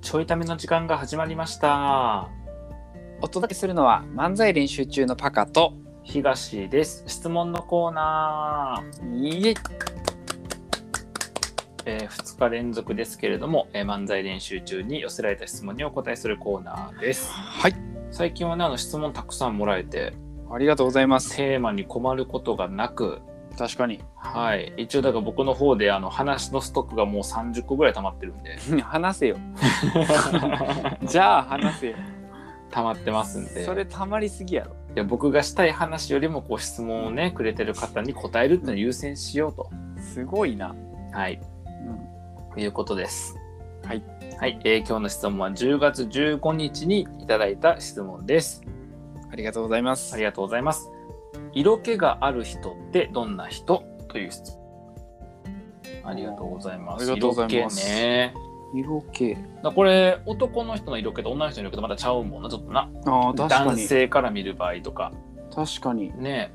ちょいための時間が始まりました。お届けするのは漫才練習中のパカと東です。質問のコーナー、イエイえ2日連続ですけれども、えー漫才練習中に寄せられた質問にお答えするコーナーです。はい最近はね、あの質問たくさんもらえて、ありがとうございますテーマに困ることがなく、確かに はい、一応だから僕の方であの話のストックがもう30個ぐらい溜まってるんで話 せよじゃあ話せよ溜まってますんでそれたまりすぎやろいや僕がしたい話よりもこう質問をねくれてる方に答えるっていうのを優先しようと、すごいな、はい、うん、ということです。はい。はい、えー今日の質問は10月15日にいただいた質問です。ありがとうございますありがとうございます。色気がある人ってどんな人という質問。ありがとうございます。ありがとうございます色気ね。色気だこれ男の人の色気と女の人の色気とまたちゃうもんなちょっとなあー確か男に性から見る場合とか確かにね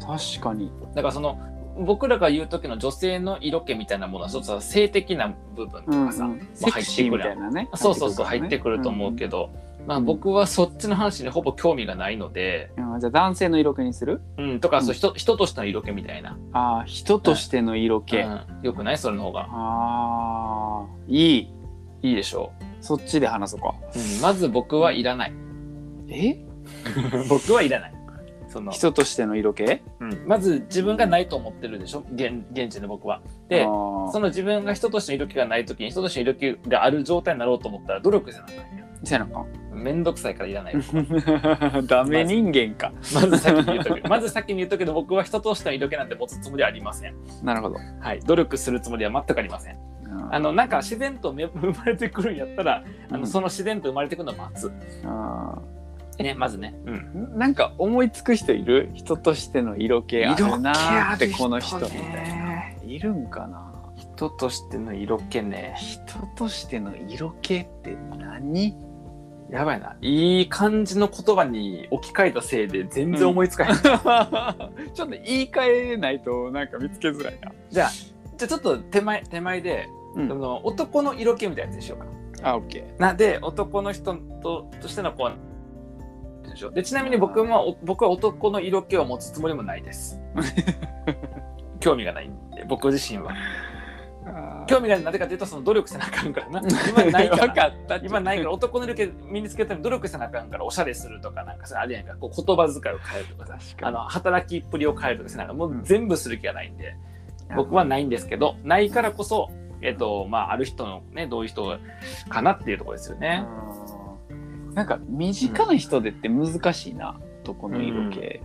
確かにだからその僕らが言う時の女性の色気みたいなものはちょっとさ性的な部分とうん、うん、かさ、セクシーみたいなねそうそうそう入ってくると思うけど、ど、まあ、僕はそっちの話にほぼ興味がないので、うんじゃあ男性の色気にするうん、とか、うんそう人人としての色気みたいな、ああ人としての色気、あうんよくないそれの方があーいいいいでしょそっちで話そうかう、うん、まず僕はいらないえ 僕はいらないその、人としての色気うんまず自分がないと思ってるでしょ現現地で僕はであーその自分が人としての色気がない時に人としての色気がある状態になろうと思ったら努力せなあかんやんせやなかめんどくさいからいらない ダメ人間か。まず先に言うとく まず先に言うとくけど僕は人としての色気なんて持つつもりはありませんなるほど。はい、努力するつもりは全くありません。あのなんか自然とめ生まれてくるんやったら、あうのんその自然と生まれてくるのを待つ。あね、まずね。うん。ーなんか思いつく人いる人としての色気あるなーってこの人みたいな。ね。いるんかな人としての色気ね。人としての色気って 何やばいな。いい感じの言葉に置き換えたせいで全然思いつかへん。ちょっと言い換えないとなんか見つけづらいな。じゃあ、 じゃあちょっと手前手前で、うそん、の男の色気みたいなやつにしようか。あ、オッケなんで男の人ととしてのこうでしょでちなみに僕もお僕は男の色気を持つつもりもないです 興味がないんで僕自身はー。興味がないなぜかというとその努力せなあかんからな今ないかわか らった。今ないから男の色気身につけるために努力せなあかんからおしゃれするとかなんかそれあれやんかこう言葉遣いを変えるとかさ確あかに。の働きっぷりを変えるとかせなあかんもう全部する気がないんでうん僕はないんですけどないからこそえっ、とまあある人のねどういう人かなっていうところですよね。うんなんか身近な人でって難しいな、男の色気、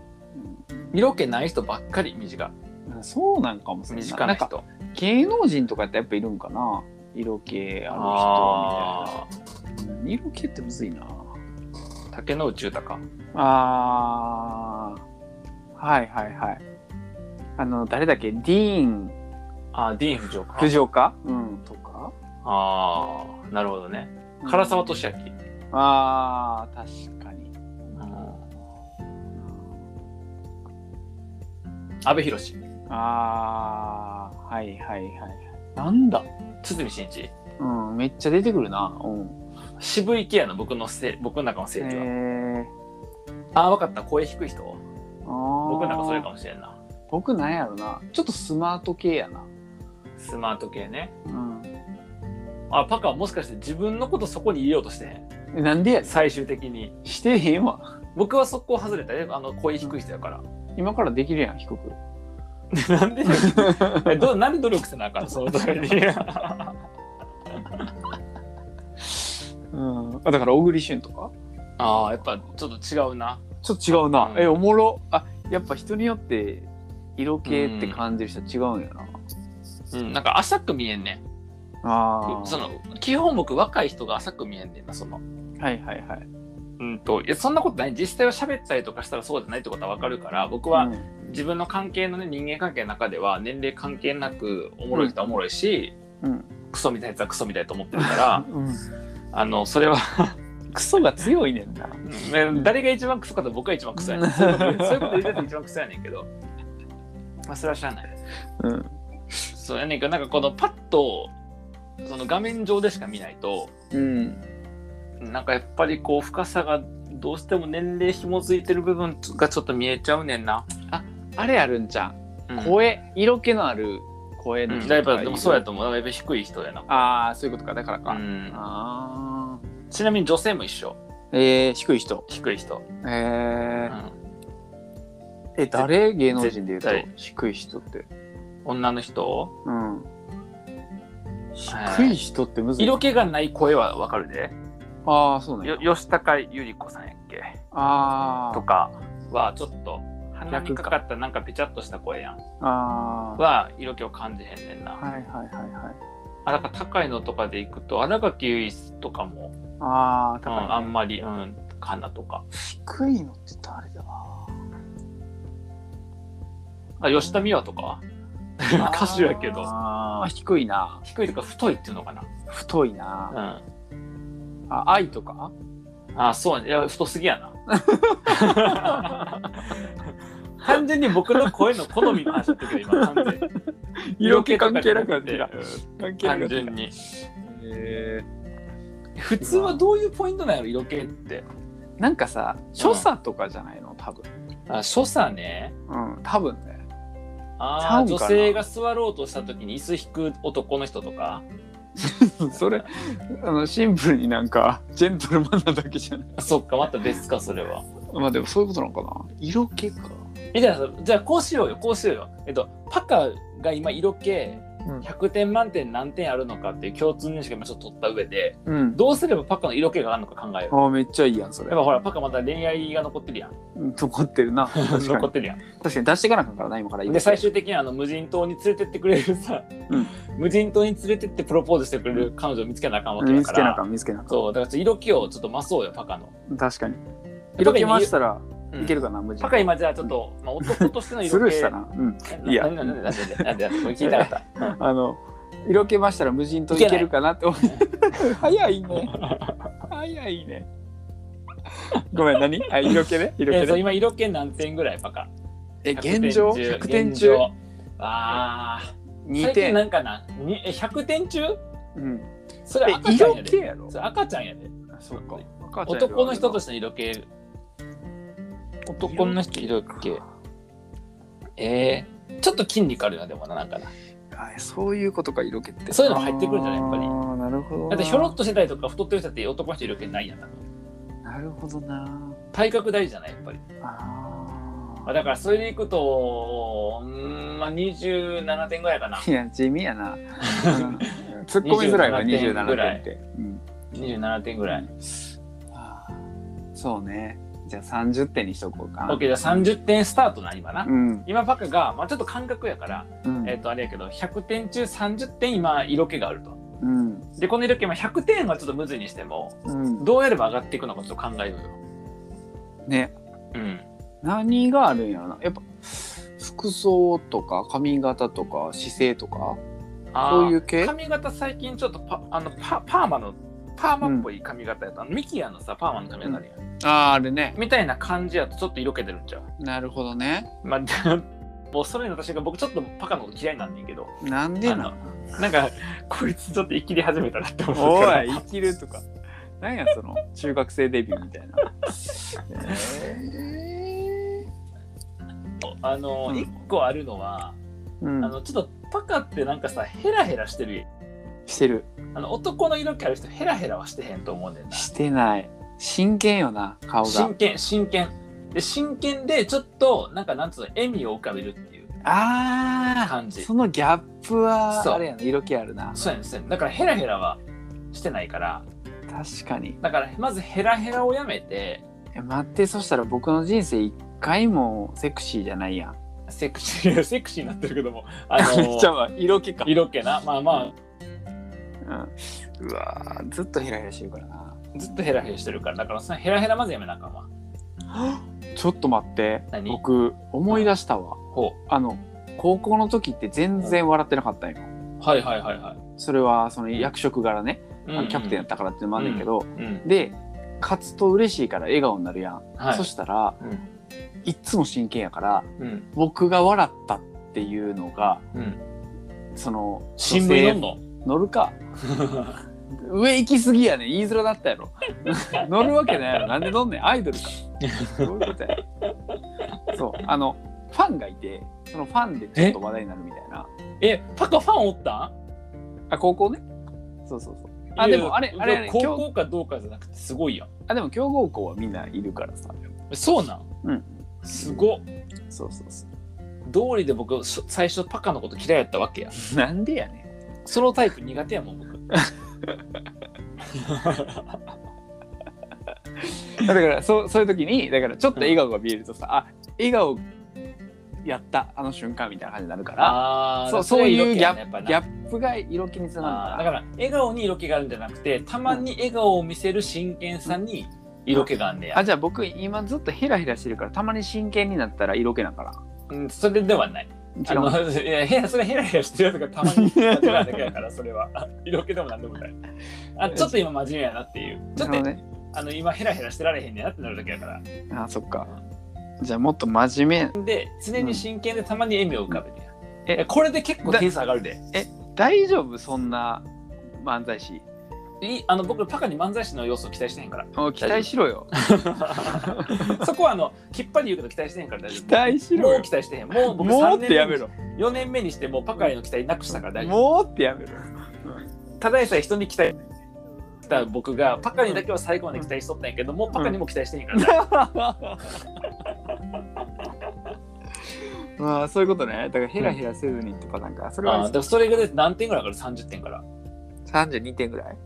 色気ない人ばっかり身近うんそうなんかもしれ身ない近ななんか人芸能人とかってやっぱいるんかな色気ああーる人みたいな、うん色気ってむずいな竹野内豊かあーはいはいはいあの誰だっけディーンあーディーン・フジオカ藤岡、うん、とかああなるほどね唐沢と俊明あー確かに阿部寛あーはいはいはいなんだ堤真一うんめっちゃ出てくるなうん渋い系やの僕のせい僕の中のえ成長はああ分かった声低い人僕の僕中それかももしれんな僕なんやろなちょっとスマート系やなスマート系ねうんあパカはもしかして自分のことそこに入れようとしてへんえなんでやね最終的にんしてへんわ僕は速攻外れたよあの声低い人や から今からできるやん低くなんでえどなんで努力せなあかんその時に うんあだから小栗旬とかああやっぱちょっと違うなちょっと違うな、うんえおもろあやっぱ人によって色気って感じる人は違うんやな、うんなんか浅く見えんねああその基本僕若い人が浅く見えんねんなそのはいはいはいうんといやそんなことない実際は喋ったりとかしたらそうじゃないってことは分かるから僕うはん自分の関係のね人間関係の中では年齢関係なくおもろい人はおもろいし、うんクソみたいなやつはクソみたいと思ってるからうん、あのそれは、クソが強いねんなうん誰が一番クソかと僕が一番クソやねんそういうことそういうこと言うてて一番クソやねんけどまあそれは知らないうんそうやねんけどなんかこのパッとその画面上でしか見ないとうん。なんかやっぱりこう深さがどうしても年齢紐づいてる部分がちょっと見えちゃうねんな、あれあるんじゃん。うん声、色気のある声のうん人だがいいるぶでもそうやと思うだからやっぱ低い人やな、ああ、そういうことか。だからか。うんああ。ちなみに女性も一緒えー、低い人。低い人、えうーん、え、誰芸能人で言うと絶対低い人って。女の人うはん。低いい人ってむずい。色気がない声はわかるでああ、そうなんやよ。吉高由里子さんやっけあとあ。かはちょっと鼻にかかったなんかぺちゃっとした声やんああ。は色気を感じへんねんな、はいはいはいはい。あだから高いのとかでいくと荒垣結衣とかも、ああ、う高いねん、あんまり、うん、かなとか低いのって誰だあ吉田美和とか歌手やけどあー低いな。低いとか太いっていうのかな太いな。うんあ、愛とかあそうねいや太すぎや な完全に僕の声の好みの話だったけど今完 全に色気関係なくなってきた関係な単くな純にえ普通はどういうポイントなんやろ色気ってなんかさ、所作とかじゃないの多分。あ所作ねうん、多分ね。 ちゃあうあんかな女性が座ろうとした時に椅子引く男の人とかそれ、あの、シンプルになんか、ジェントルマンなだけじゃない。そっかまた別かそれはまあでもそういうことなのかな。色気か。えじゃあじゃあこうしようよこうしようよえっとパカが今色気うん100点満点何点あるのかっていう共通認識を今ちょっと取った上でうん。どうすればパカの色気があるのか考えようああ、めっちゃいいやん、それやっ。ぱほらパカまだ恋愛が残ってるやんうん残ってる な。確かに残ってるやん確かに出していかなあかんからな、今から色気。で最終的にあの無人島に連れてってくれるさ、うん無人島に連れてってプロポーズしてくれる彼女を見つけなあかんわけ見だつかけなあら、かん、見つけなあかそうだからちょっと色気をちょっと増そうよパカの、ん。確かに。に色気回したらうんいけるかな、無事。パカ今じゃあちょっと、まあ、男としての色気スルーしたな。 うん。いやなんでなんでなんでなんでなんでこれ聞いたかったあの、色気ましたら無人島いけるかなって思う。早いね。早いね。ごめん、何あ、色気ね。色え気そうね。今色気何点ぐらいパカえ、現状100 ?100 点点中中ああ2最近点。なんかなにえ100点中うん。それえ、赤ちゃん色や気でやろそれ赤ちゃんやでそっか。男の人とししての色気男の人色気えー、ちょっと筋肉あるよなでもななんかなて。そういうことか、色気って。そういうのも入ってくるんじゃないやっぱりあーなるほどな。だってひょろっとしてたりとか太ってる人って男の人色気ないやん多分なるほどな。体格大事じゃないやっぱりああだからそれでいくとうーんまあ27点ぐらいかなーいや、地味やな。 うん突っ込みづらいわ、 27点ぐら27点いって。うん27点ぐらいあーそうね。じゃあ30点にしとこうか。 OK じゃあ30点スタートな今な、うん。今パカが、まあ、ちょっと感覚やから、うん。えっとあれやけど100点中30点今色気があるとうん。でこの色気、まあ、100点はちょっと無図にしてもうん。どうやれば上がっていくのかちょっと考えようよね。うん何があるんやろな。やっぱ、服装とか髪型とか姿勢とか、あーそういう系髪型最近ちょっとパあのパパーマのパーマっぽい髪型やった、あのミキアのさパーマの髪型あるやん、ああ、あれね。みたいな感じやとちょっと色気出るんちゃうなるほどね。まあ もうそれの私が僕ちょっとパカのこと嫌いなんねんけ どなんでなあなんかこいつちょっと生きり始めたなって思う おからい、生きるとか。なんや、その、中学生デビューみた いな。えあの、うん一個あるのはーうあん。のちょっとパカってなんかさヘラヘラしてるしてる。あの男の色気ある人ヘラヘラはしてへんと思うねんなしてない。真剣よな、顔が真。剣真剣で真剣でちょっとなんかなんつうの笑みを浮かべるっていうああ感じそのギャップそうはあれやな色気あるなそうやねんそうやねんだからヘラヘラはしてないから確かにだからまずヘラヘラをやめてえ待ってそしたら僕の人生一回もセクシーじゃないやんセクシー セクシーになってるけどもあの は色気か色気なまあまうん、うわーずっとヘラヘラしてるからなあずっとヘラヘラしてるからだからそのヘラヘラまずやめなあかんわ ちょっと待って何僕思い出したわほあの高校の時って全然笑ってなかったんようはいはいはいはい、それはその役職柄ね、うんあのキャプテンやったからっていうのもあるんだけど、うんで勝つと嬉しいから笑顔になるやん、はいそしたら、うんいっつも真剣やからうん僕が笑ったっていうのがうんその新聞読ん女の乗るか上行きすぎやね言いづらだったやろ 乗るわけないやろなんで乗んねんアイドルかそういうことやそうあのファンがいてそのファンでちょっと話題になるみたいな え、パカファンおったんあ高校ねそうそうそうあでもあれあれあれ高強校かどうかじゃなくてすごいやん。あでも強豪校はみんないるからさそうなんうんすごっ。そうそうそう道理で僕、そ最初パカのこと嫌いやったわけや。なんでやねそのタイプ苦手やもん、僕。んだからそうそういう時にだからちょっと笑顔が見えるとさ、あ笑顔やったあの瞬間みたいな感じになるからあそうそういうギャッギャップが色気につながるあーだからから笑顔に色気があるんじゃなくてたまに笑顔を見せる真剣さに色気があんねや、あじゃあ僕今ずっとヘラヘラしてるからたまに真剣になったら色気なんかなうん、それではないあ違うのいやヘラそれヘラヘラしてるとかたまに感じるだけやからそれは色気でもなんでもないあちょっと今真面目やなっていうちょっと、なるほどねあの今ヘラヘラしてられへんねやってなるだけやからあそっかじゃあもっと真面で常に真剣でたまに笑みを浮かべてや、うんえこれで結構点数上がるで目大丈夫そんな漫才師いいあの僕パカに漫才師の要素を期待してへん からお期待しろよそこはあのきっぱり言うけ ど期待してへんから大丈期夫待しろもうよ期待してへん もう僕も3うって年や目めにろ4年目にしてもうパカへの期待なくしたから大丈夫もうってやめろただでさえ人に期待した僕がパカにだけは最後まで期待しとったんやけどもうパカにも期待してへんから大丈 まあそういうことねだからヘラヘラせずにとかなんかそれ夫、あーはでもそれぐらいで何点ぐらい上がる30点から32点ぐらい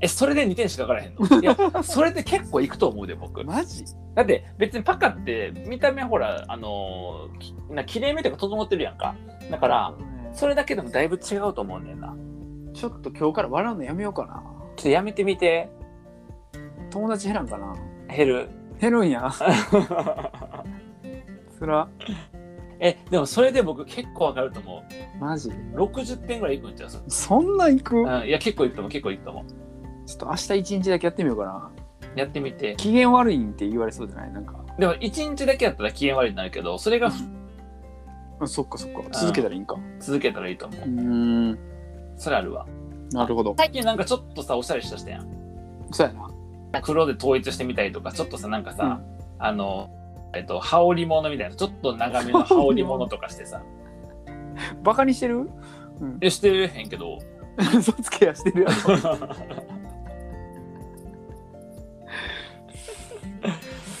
えそれで2点しか上がらへんのいやそれで結構いくと思うで僕マジだって別にパカって見た目ほらあのーきなきれい目というか整ってるやんかだからそれだけでもだいぶ違うと思うねんなちょっと今日から笑うのやめようかなちょっとやめてみて友達減らんかな減る減るんや そら えでもそれで僕結構上がると思マジう60点ぐらいいくんちゃうそんな行く、うん、いや結構いくと思う結構いくと思うちょっと明日一日だけやってみようかなやってみて機嫌悪いんって言われそうじゃないな んかでも1日だけやったら機嫌悪いになるけどそれがうんそっかそっか続けたらいいんか続けたらいいと思う、んそれあるわなるほど最近なんかちょっとさおしゃれしたしたやんそうやな黒で統一してみたりとかちょっとさなんかさ、あのえっと羽織物みたいなちょっと長めの羽織物とかしてさバカにしてる うんえしてへんけ ど嘘つけやしてるやろ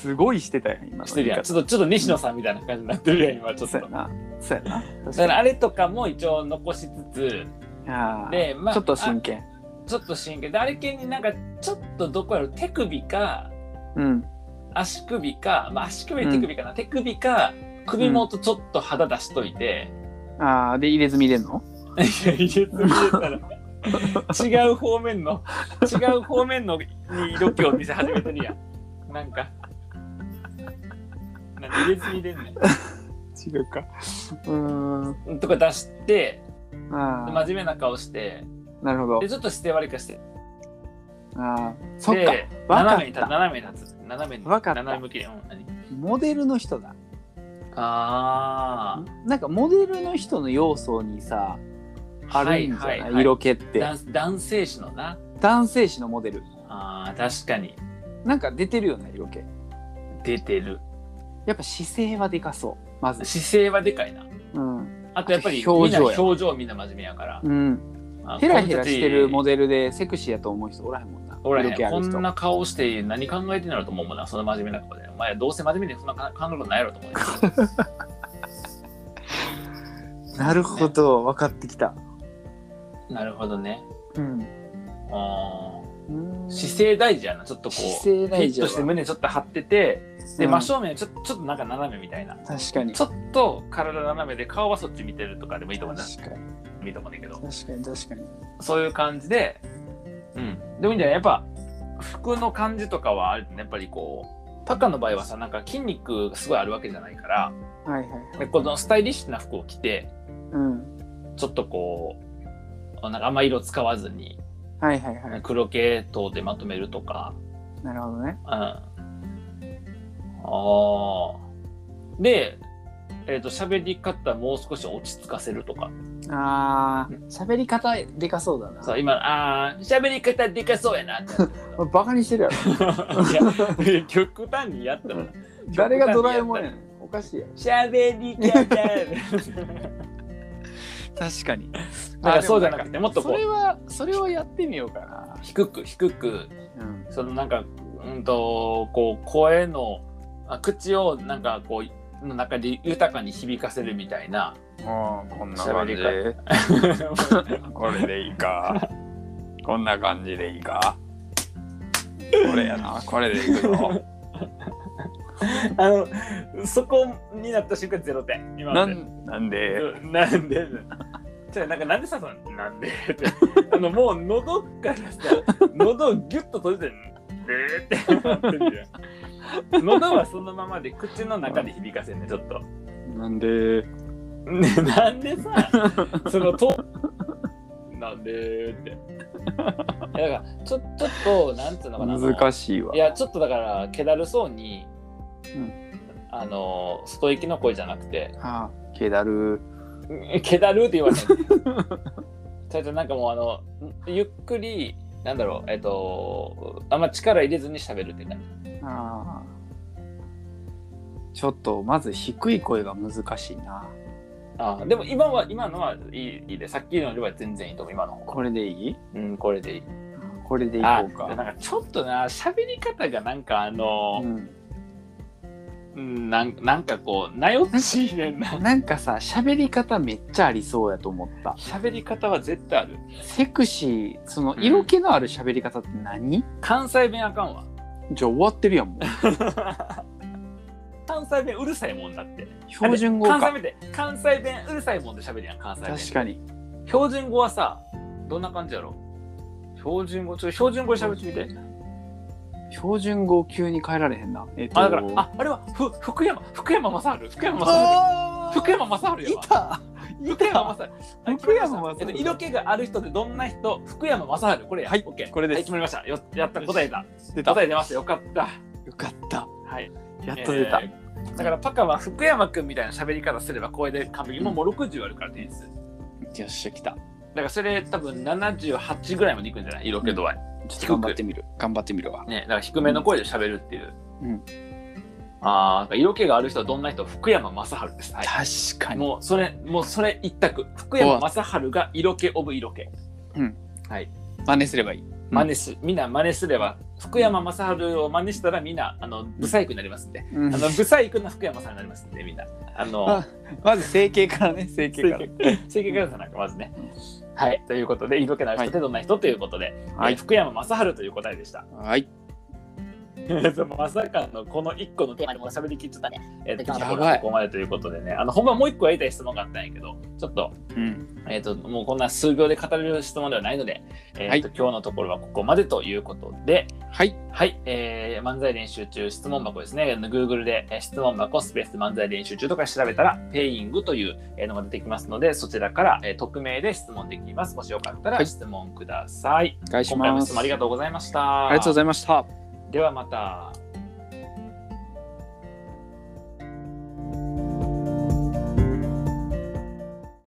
すごいしてたよ今のしてるやん言い方ちょっとちょっと西野さんみたいな感じになってるやん今ちょっとそうやだなそうやな確からかあれとかも一応残しつつにあーでまあちょっと真剣ちょっと真剣であれ系になんかちょっとどこやろ手首かうん足首か、まあ、足首より手首かな、手首か首元ちょっと肌出しといて、あーで入れ墨入れんのいや入れすぎたら違う方面の違う方面のに色気を見せ始めてるやんなんかなんか入れすぎでんね違うかうーんんとか出してあー真面目な顔してなるほどでちょっと姿勢悪いかしてあーそっかでわかった斜めに立つ斜めに立つ斜めにわかった斜め向きで、うん、何モデルの人だあなんかモデルの人の要素にさああるんじゃない,、はいはいは色気ってい、男男性誌のな男性誌のモデルあー確かになんか出てるよね色気出てるやっぱ姿勢はでかそうまず、姿勢はでかいなうんあとやっぱり表みん情なや表情みんな真面目やからうん、あヘラヘラしてるモこデルでセクシーやと思う人おらへんもんなの人た色ち気俺あこる人んな顔して何考えてんだろうと思うもんなその真面目な顔でお前どうせ真面目でそんな考えることないやろと思うよ なるほど分かってきた、なるほどねうん、あー姿勢勢大事やなちょっとこ姿う勢ヒ大ッ事トやしてわ胸ちょっと張っててでうん真正面ちょっとちょっとなんか斜めみたいな確かにちょっと体斜めで顔はそっち見てるとかでもいいと思うな確かにいいと思うんだけど確かに確かにそういう感じで、うん、でもいいんじゃないやっぱ服の感じとかはあるねやっぱりこうパカの場合はさなんか筋肉すごいあるわけじゃないからはいはいでこのスタイリッシュな服を着てうんちょっとこうなんかあんま色使わずにはいはいはい黒系統でまとめるとか、なるほどねうん、あーでえっと喋り方もう少し落ち着かせるとかあー喋り方でかそうださな今あー喋り方でかそう やなってバカにしてるや ろいや極端にやったら誰がドラえもんやねんおかしいやろ喋り方 確か にだからそうじゃなくてもっとこそれうはそれをやってみようかな低く低くうんそのなんかうんとこう声のあ口をなんかこうの中で豊かに響かせるみたいなあーこん喋 これでいいか。こんな感じでいいか。これやな、これでいくぞ。あのそこになった瞬間ゼロ点今まなでんなんで、うんなんでじゃあなんかなんでさそのなんでってあのもう喉からさ喉をギュッと閉じてえーってなってるじゃん喉はそのままで口の中で響かせんねちょっとなんで、ねなんで さそのとなんでっていやだからちょちょっとなんつうのかなあの難しいわい。やちょっとだから気だるそうに、うんあのストイキの声じゃなくて ああ、けだる。 「けだる」って言わない それとなんかもうあのゆっくりなんだろうえっとあんま力入れずに喋るって感じああ。ちょっと、まず低い声が難しいな。あーでも今は今のはいいいいでさっきのよりは全然いいと思う今の方これでいいうんこれでいいこれでいこあうでか。なんかちょっとな喋り方がなんかあうの、ん、うん、なんなんかこうなよっちいねん ななんかさ喋り方めっちゃありそうやと思った喋り方は絶対あるセクシーその色気のある喋り方って何、関西弁あかんわじゃあ終わってるやんもう関西弁うるさいもんだって 標準語関西か弁って関西弁うるさいもんで喋るやん関西弁確かに標準語はさどんな感じやろ標準語ちょっと標準語で喋ってみて標準語を急に変えられへんな。えっあだからああれはふ福山福山雅治福山雅あ治福山雅治いやわたい福山た雅治福山雅治えっと色気がある人ってどんな人福山雅治これやはいオッケーこれですはい、決まりましたよやった答えだ出た。答よえ出ましたよかったかった。はいやっと出た。えーだからパカは福山君みたいな喋り方すれば声で完璧もうもう60あるから点数だよっしゃ、来た。からそれ多分78ぐらいまでいくんじゃない色気度合いちょっと頑張ってみる。頑張ってみるわ。ね、だから低めの声で喋るっていう。うんああ、なんか色気がある人はどんな人福山雅治です。は確かい。に。もうそれ、もうそれ一択。福山雅治が色気オブ色気。真似すればいい。真似す、みんな真似すれば、福山雅治を真似したらみんな、あの、ブサイクになりますんで。うんあの、ブサイクな福山さんになりますんで、みんな。あのあ、まず整形からね、整形から。整形からさなんかまずね。はい。ということで、色気のある人ってどんな人ということで、はえーい。福山雅治という答えでした。 はい。そうまさかのこの1個のテーマでもう喋りきっちゃったね。えっ、と、今日のところやばはいここまでということでね、あの、ほんまはもう1個やりたい質問があったんやけど、ちょっと、うん。えっ、と、もうこんな数秒で語れる質問ではないので、えっ、と、はい今日のところはここまでということで、はい。はい、えー漫才練習中質問箱ですね、あの Google でえー質問箱スペース漫才練習中とか調べたら、ペイングというえーのが出てきますので、そちらから、えー匿名で質問できます。もしよかったらはい質問ください。お願いし今回もま質す。問ありがとうございました。ありがとうざごいざいました。ます。ではまた。